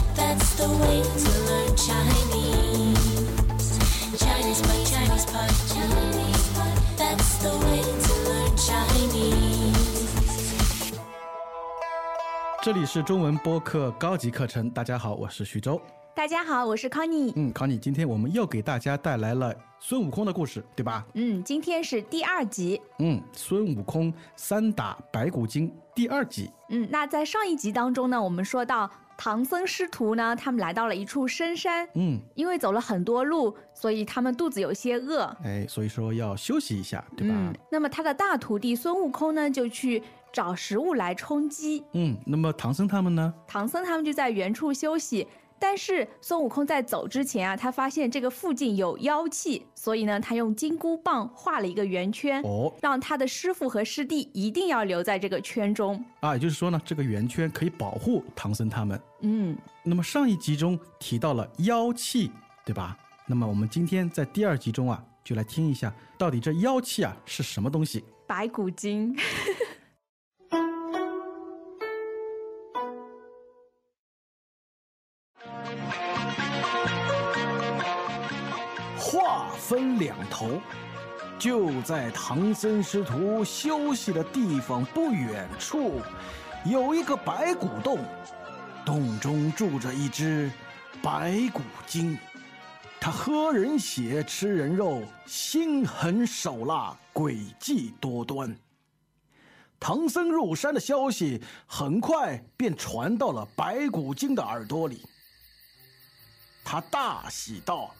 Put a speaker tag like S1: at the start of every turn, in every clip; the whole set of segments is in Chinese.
S1: a way to learn Chinese. Chinese pot, Chinese pot, Chinese pot. That's the way to learn Chinese.
S2: 这里是中文播客高级课程，大家好，我是徐州。
S3: 大家好，我是康妮。
S2: 嗯，考你，今天我们又给大家带来了孙悟空的故事，对吧？
S3: 嗯，今天是第二集。
S2: 嗯，孙悟空三打白骨精第二集。
S3: 嗯，那在上一集当中呢，我们说到唐僧师徒呢，他们来到了一处深山，
S2: 嗯，
S3: 因为走了很多路，所以他们肚子有些饿。
S2: 哎，所以说要休息一下，对吧？
S3: 嗯，那么他的大徒弟孙悟空呢，就去找食物来充饥。
S2: 嗯那么唐僧他们呢？
S3: 唐僧他们就在原处休息。但是孙悟空在走之前啊，他发现这个附近有妖气，所以呢，他用金箍棒画了一个圆圈，
S2: 哦，
S3: 让他的师傅和师弟一定要留在这个圈中。
S2: 啊，也就是说呢，这个圆圈可以保护唐僧他们。
S3: 嗯，
S2: 那么上一集中提到了妖气，对吧？那么我们今天在第二集中啊，就来听一下到底这妖气啊是什么东西。
S3: 白骨精。
S4: 话分两头，就在唐僧师徒休息的地方不远处，有一个白骨洞，洞中住着一只白骨精，它喝人血，吃人肉，心狠手辣，诡计多端。唐僧入山的消息很快便传到了白骨精的耳朵里，他大喜道。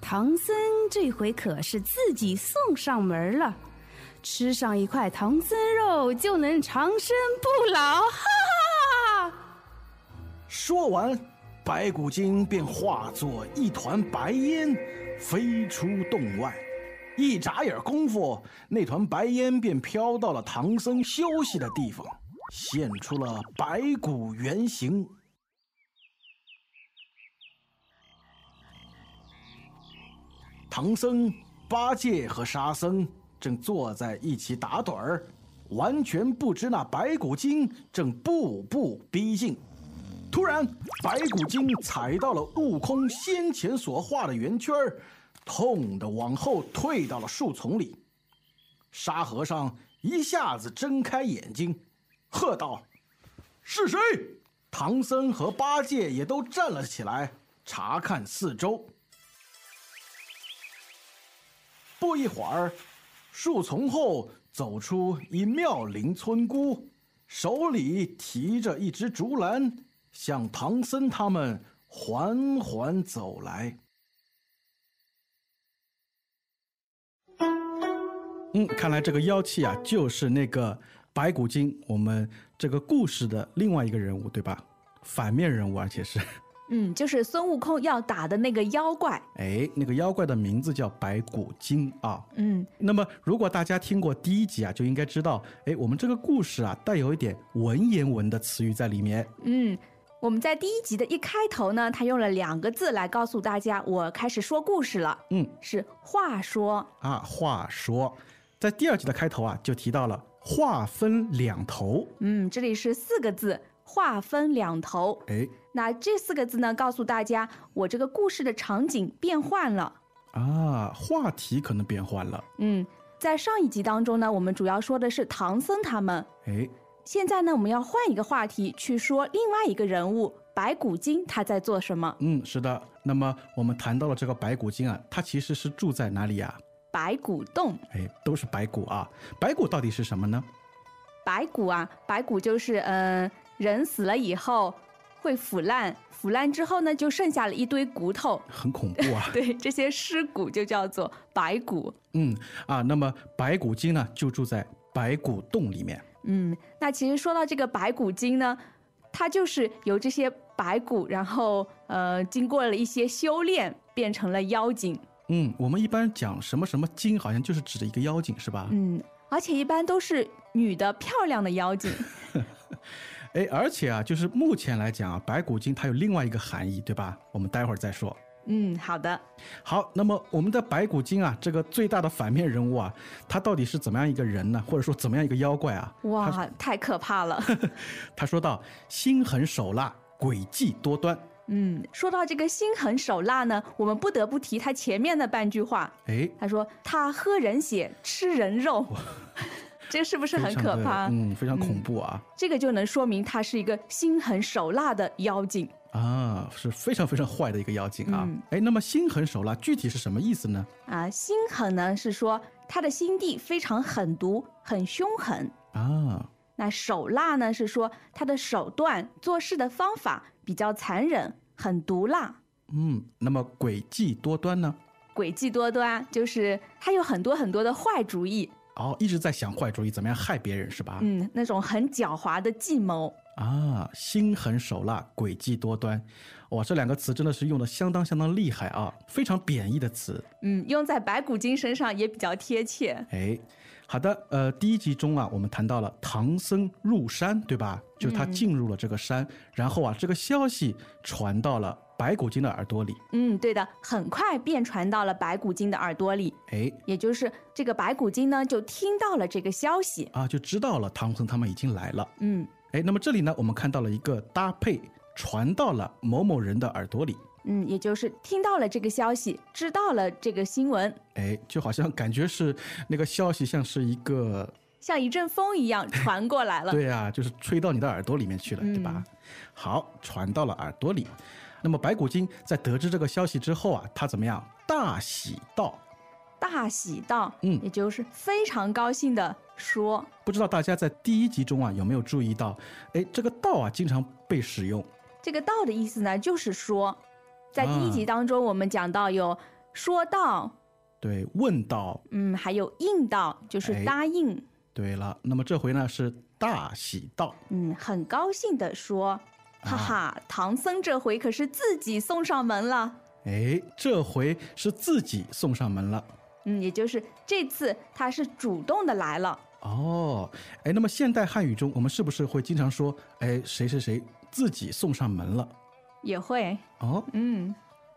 S5: 唐僧这回可是自己送上门了，吃上一块唐僧肉就能长生不老，哈哈哈哈！
S4: 说完，白骨精便化作一团白烟，飞出洞外。一眨眼功夫，那团白烟便飘到了唐僧休息的地方，现出了白骨原形。唐僧、八戒和沙僧正坐在一起打盹儿，完全不知那白骨精正步步逼近。突然，白骨精踩到了悟空先前所画的圆圈儿，痛得往后退到了树丛里。沙和尚一下子睁开眼睛，喝道：“是谁？”唐僧和八戒也都站了起来，查看四周。不一会儿，树丛后走出一妙龄村姑，手里提着一只竹篮，向唐僧他们缓缓走来。
S2: 嗯，看来这个妖气啊，就是那个白骨精，我们这个故事的另外一个人物，对吧？反面人物，而且是，
S3: 嗯，就是孙悟空要打的那个妖怪。
S2: 哎，那个妖怪的名字叫白骨精啊。
S3: 嗯，
S2: 那么，如果大家听过第一集啊，就应该知道，哎，我们这个故事啊，带有一点文言文的词语在里面。
S3: 嗯，我们在第一集的一开头呢，他用了两个字来告诉大家，我开始说故事了，
S2: 嗯，
S3: 是话说。
S2: 啊，话说，在第二集的开头啊，就提到了话分两头，
S3: 嗯，这里是四个字，话分两头。
S2: 哎，
S3: 那这四个字呢，告诉大家我这个故事的场景变换了。
S2: 啊，话题可能变换了，
S3: 嗯，在上一集当中呢，我们主要说的是唐僧他们。
S2: 哎，
S3: 现在呢，我们要换一个话题去说另外一个人物白骨精，他在做什么？
S2: 嗯，是的。那么我们谈到了这个白骨精啊，它其实是住在哪里啊？
S3: 白骨洞，
S2: 哎，都是白骨啊。白骨到底是什么呢？
S3: 白骨啊，白骨就是嗯、呃人死了以后会腐烂，腐烂之后呢，就剩下了一堆骨头。。
S2: 很恐怖啊
S3: 对，这些尸骨就叫做白骨。
S2: 嗯啊，那么白骨精呢，就住在白骨洞里面。
S3: 嗯，那其实说到这个白骨精呢，它就是由这些白骨，然后呃，经过了一些修炼，变成了妖精。
S2: 嗯，我们一般讲什么什么精，好像就是指的一个妖精，是吧？
S3: 嗯，而且一般都是女的漂亮的妖精。
S2: 哎，而且啊，就是目前来讲啊，白骨精它有另外一个含义，对吧？我们待会儿再说。
S3: 嗯，好的。
S2: 好，那么我们的白骨精啊，这个最大的反面人物啊，他到底是怎么样一个人呢？或者说怎么样一个妖怪啊？
S3: 哇，太可怕了。
S2: 他说到：“心狠手辣，诡计多端。
S3: 嗯，说到这个心狠手辣呢，我们不得不提他前面的半句话，
S2: 哎，
S3: 他说他喝人血吃人肉，这是不是很
S2: 非常
S3: 可
S2: 的
S3: 怕？
S2: 嗯，非常恐怖啊、
S3: 这个就能说明他是一个心狠手辣的妖精。
S2: 啊，是非常非常坏的一个妖精啊
S3: 嗯。
S2: 哎、那么心狠手辣具体是什么意思呢？
S3: 啊，心狠呢是说他的心地非常狠毒、很凶狠；
S2: 啊，
S3: 那手辣呢是说他的手段、做事的方法比较残忍、很毒辣、
S2: 嗯，那么诡计多端呢？
S3: 诡计多端，就是他有很多很多的坏主意，
S2: 哦，一直在想坏主意，怎么样害别人是吧？
S3: 嗯，那种很狡猾的计谋。
S2: 啊，心狠手辣，诡计多端，哇，这两个词真的是用的相当相当厉害啊，非常贬义的词。
S3: 嗯，用在白骨精身上也比较贴切。
S2: 哎，好的，呃，第一集中啊，我们谈到了唐僧入山，对吧？就是他进入了这个山，然后啊，这个消息传到了白骨精的耳朵里。
S3: 嗯，对的，很快便传到了白骨精的耳朵里，
S2: 哎，
S3: 也就是这个白骨精呢就听到了这个消息。
S2: 啊，就知道了唐僧他们已经来了。
S3: 嗯，
S2: 哎，那么这里呢，我们看到了一个搭配，传到了某某人的耳朵里。
S3: 嗯，也就是听到了这个消息，知道了这个新闻，
S2: 哎，就好像感觉是那个消息像是一个
S3: 像一阵风一样传过来了。
S2: 对啊，就是吹到你的耳朵里面去了，对啊吧？好，传到了耳朵里。那么白骨精在得知这个消息之后啊，他怎么样？大喜道。
S3: 大喜道，
S2: 嗯
S3: 也就是非常高兴的说，
S2: 不知道大家在第一集中啊有没有注意到？哎，这个道啊经常被使用。
S3: 这个道的意思呢，就是说，在第
S2: 啊
S3: 一集当中我们讲到有说道，
S2: 对，问道。
S3: 嗯，还有应道，就
S2: 哎
S3: 是答应，
S2: 对了，那么这回呢是大喜道。
S3: 嗯，很高兴的说。哈
S2: 啊
S3: 哈，唐僧这回可是自己送上门了。
S2: 哎，这回是自己送上门了。
S3: 嗯，也就是这次他是主动的来了。
S2: 哦，哎，那么现代汉语中，我们是不是会经常说，哎，谁谁谁自己送上门了？
S3: 也会，
S2: 哦，
S3: 嗯，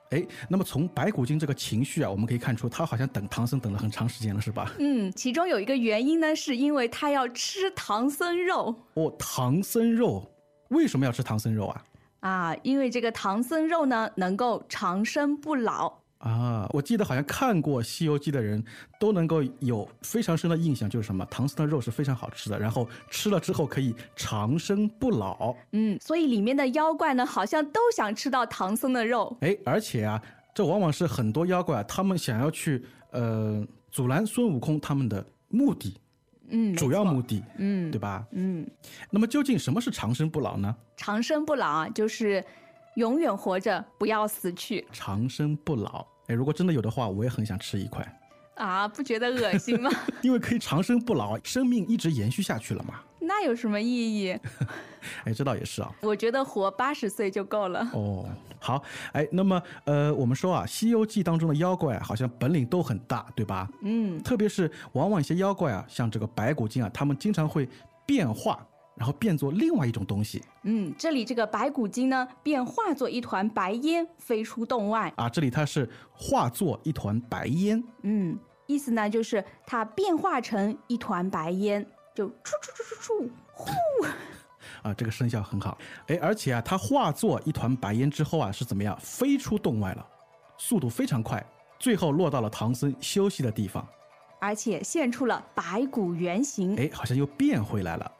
S2: 哎，那么从白骨精这个情绪啊，我们可以看出，他好像等唐僧等了很长时间了，是吧？
S3: 嗯，其中有一个原因呢，是因为他要吃唐僧肉
S2: 哦，唐僧肉为什么要吃唐僧肉啊？
S3: 啊，因为这个唐僧肉呢能够长生不老。
S2: 啊，我记得好像看过《西游记》的人都能够有非常深的印象，就是什么唐僧的肉是非常好吃的，然后吃了之后可以长生不老。
S3: 嗯，所以里面的妖怪呢，好像都想吃到唐僧的肉。
S2: 哎，而且啊，这往往是很多妖怪啊，他们想要去呃阻拦孙悟空他们的目的，
S3: 嗯，
S2: 主要目的，
S3: 嗯
S2: 对吧？
S3: 嗯，
S2: 那么究竟什么是长生不老呢？
S3: 长生不老啊，就是永远活着，不要死去
S2: 长生不老。哎，如果真的有的话，我也很想吃一块，
S3: 啊，不觉得恶心吗？
S2: 因为可以长生不老，生命一直延续下去了嘛。
S3: 那有什么意义？
S2: 哎，这倒也是啊。
S3: 我觉得活八十岁就够了。
S2: 哦，好，哎，那么呃，我们说啊，《西游记》当中的妖怪啊好像本领都很大，对吧？
S3: 嗯，
S2: 特别是往往一些妖怪啊，像这个白骨精啊，他们经常会变化，然后变作另外一种东西
S3: 嗯，这里这个白骨精呢，便化作一团白烟飞出洞外。
S2: 啊。这里它是化作一团白烟，
S3: 嗯，意思呢就是它变化成一团白烟，就出出出出出。
S2: 啊，这个声效很好。哎，而且啊，它化作一团白烟之后啊，是怎么样飞出洞外了？速度非常快，最后落到了唐僧休息的地方。
S3: 而且现出了白骨原形。
S2: 哎，好像又变回来了。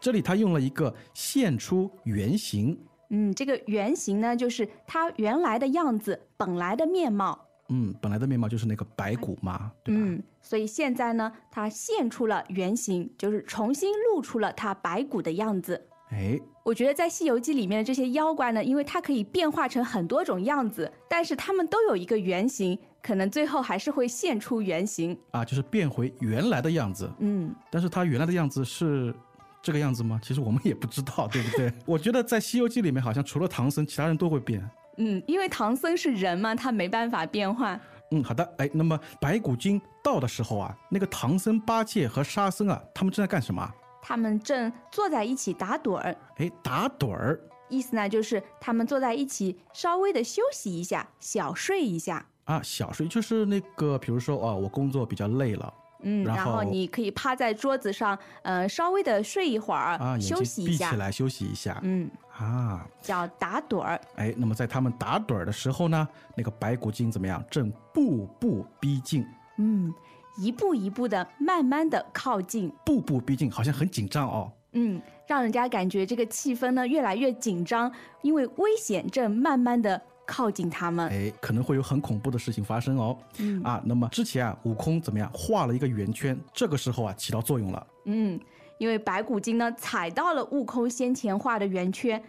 S2: 这里他用了一个现出原形，
S3: 嗯，这个原形呢，就是它原来的样子，本来的面貌。
S2: 嗯，本来的面貌就是那个白骨嘛，对吧？
S3: 嗯，所以现在呢，它现出了原形，就是重新露出了它白骨的样子。
S2: 哎，
S3: 我觉得在《西游记》里面的这些妖怪呢，因为它可以变化成很多种样子，但是它们都有一个原型，可能最后还是会现出原形。
S2: 啊，就是变回原来的样子。
S3: 嗯，
S2: 但是他原来的样子是这个样子吗？其实我们也不知道，对不 对？我觉得在《西游记》里面，好像除了唐僧，其他人都会变。
S3: 嗯，因为唐僧是人嘛，他没办法变换。
S2: 嗯，好的。哎，那么白骨精到的时候啊，那个唐僧、八戒和沙僧啊，他们正在干什么啊？
S3: 他们正坐在一起打盹儿，
S2: 哎，打盹儿
S3: 意思呢就是他们坐在一起稍微的休息一下，小睡一下。
S2: 啊，小睡就是那个，比如说哦，我工作比较累了，
S3: 嗯，
S2: 然
S3: 然
S2: 后
S3: 后你可以趴在桌子上，呃，稍微的睡一会儿，
S2: 啊，眼睛
S3: 休息一
S2: 闭起
S3: 下。
S2: 来休息一下。
S3: 嗯，
S2: 啊，
S3: 叫打盹儿。
S2: 哎，那么在他们打盹儿的时候呢，那个白骨精怎么样？正步步逼近，
S3: 嗯，一步一步的，慢慢的靠近，
S2: 步步逼近，好像很紧张哦。
S3: 嗯，让人家感觉这个气氛呢越来越紧张，因为危险正慢慢的靠近他们。
S2: 哎，可能会有很恐怖的事情发生哦。
S3: 嗯
S2: 啊，那么之前啊，悟空怎么样画了一个圆圈，这个时候啊起到作用了。
S3: 嗯，因为白骨精呢踩到了悟空先前画的圆圈，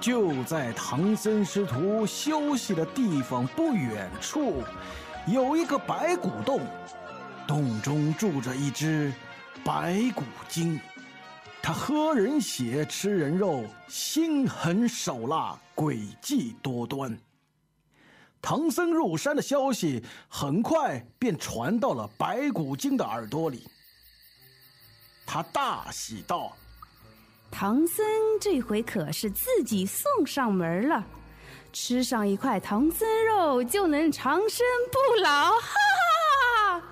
S4: 就在唐僧师徒休息的地方不远处，有一个白骨洞，洞中住着一只白骨精，它喝人血，吃人肉，心狠手辣，诡计多端。唐僧入山的消息很快便传到了白骨精的耳朵里，他大喜道。
S5: 唐僧这回可是自己送上门了，吃上一块唐僧肉就能长生不老，哈哈哈哈！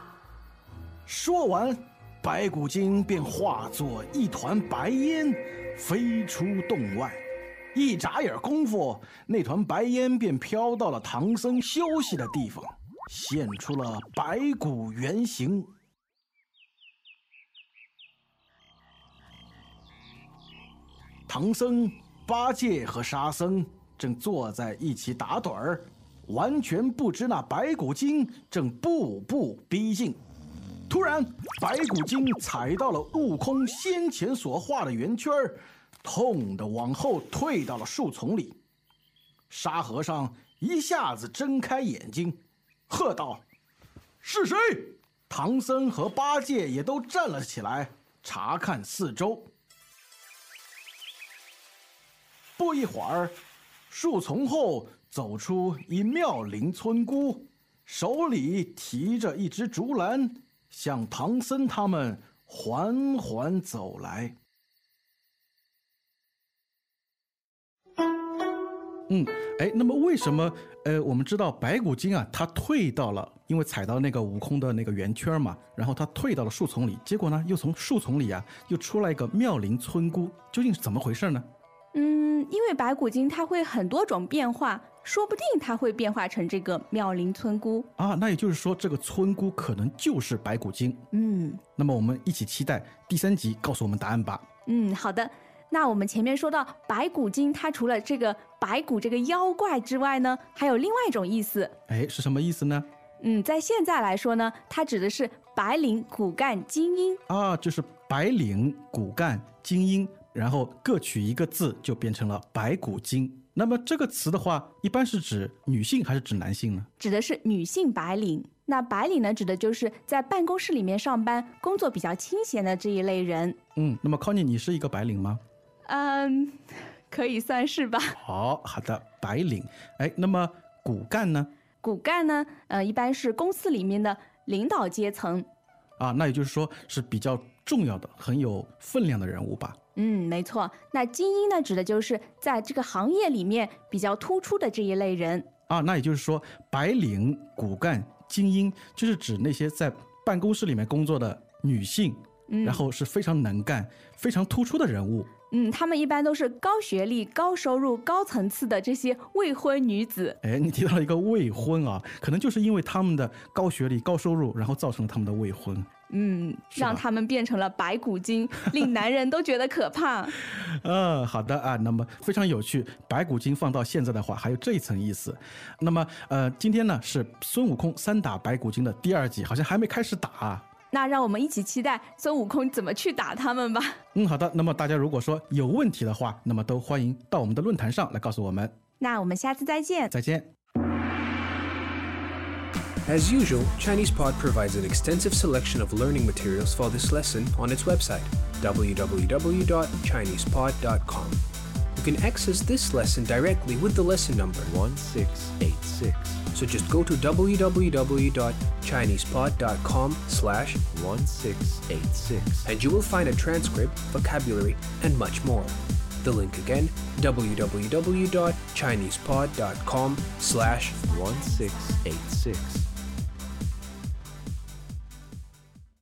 S4: 说完，白骨精便化作一团白烟，飞出洞外。一眨眼功夫，那团白烟便飘到了唐僧休息的地方，现出了白骨原形。唐僧、八戒和沙僧正坐在一起打盹儿，完全不知那白骨精正步步逼近。突然，白骨精踩到了悟空先前所画的圆圈儿，痛得往后退到了树丛里。沙和尚一下子睁开眼睛，喝道：“是谁？”唐僧和八戒也都站了起来，查看四周。不一会儿，树丛后走出一妙龄村姑，手里提着一只竹篮，向唐僧他们缓缓走来。
S2: 嗯，哎，那么为什么呃，我们知道白骨精啊，它退到了，因为踩到那个悟空的那个圆圈嘛，然后它退到了树丛里，结果呢，又从树丛里啊，又出来一个妙龄村姑，究竟是怎么回事呢？
S3: 嗯，因为白骨精它会很多种变化，说不定它会变化成这个妙龄村姑。
S2: 啊，那也就是说，这个村姑可能就是白骨精。
S3: 嗯
S2: 那么我们一起期待第三集告诉我们答案吧。
S3: 嗯，好的。那我们前面说到白骨精，它除了这个白骨这个妖怪之外呢，还有另外一种意思。
S2: 哎，是什么意思呢？
S3: 嗯，在现在来说呢，它指的是白领骨干精英。
S2: 啊，就是白领、骨干、精英，然后各取一个字，就变成了白骨精。那么这个词的话，一般是指女性还是指男性呢？
S3: 指的是女性白领。那白领呢，指的就是在办公室里面上班、工作比较清闲的这一类人。
S2: 嗯，那么 Connie，你是一个白领吗？
S3: 嗯，可以算是吧。
S2: 好好的，白领。哎，那么骨干呢？
S3: 骨干呢，呃，一般是公司里面的领导阶层。
S2: 啊，那也就是说是比较重要的、很有分量的人物吧？
S3: 嗯，没错。那精英呢，指的就是在这个行业里面比较突出的这一类人。
S2: 啊，那也就是说，白领、骨干、精英，就是指那些在办公室里面工作的女性，
S3: 嗯
S2: 然后是非常能干、非常突出的人物。
S3: 嗯，他们一般都是高学历、高收入、高层次的这些未婚女子。
S2: 哎，你提到了一个未婚啊，可能就是因为他们的高学历、高收入，然后造成了他们的未婚。
S3: 嗯，让
S2: 吧
S3: 他们变成了白骨精，令男人都觉得可怕。
S2: 嗯，好的啊，那么非常有趣。白骨精放到现在的话，还有这一层意思。那么呃，今天呢是孙悟空三打白骨精的第二集，好像还没开始打、啊。
S3: 那让我们一起期待孙悟空怎么去打他们吧。
S2: 嗯，好的。那么大家如果说有问题的话，那么都欢迎到我们的论坛上来告诉我们。
S3: 那我们下次再见。
S2: 再见。
S6: As usual, ChinesePod provides an extensive selection of learning materials for this lesson on its website, www.chinesepod.com. You can access this lesson directly with the lesson number,
S7: 1686
S6: so just go to www.chinesepod.com slash
S7: 1686
S6: and you will find a transcript, vocabulary, and much more. The link again, www.chinesepod.com slash
S7: 1686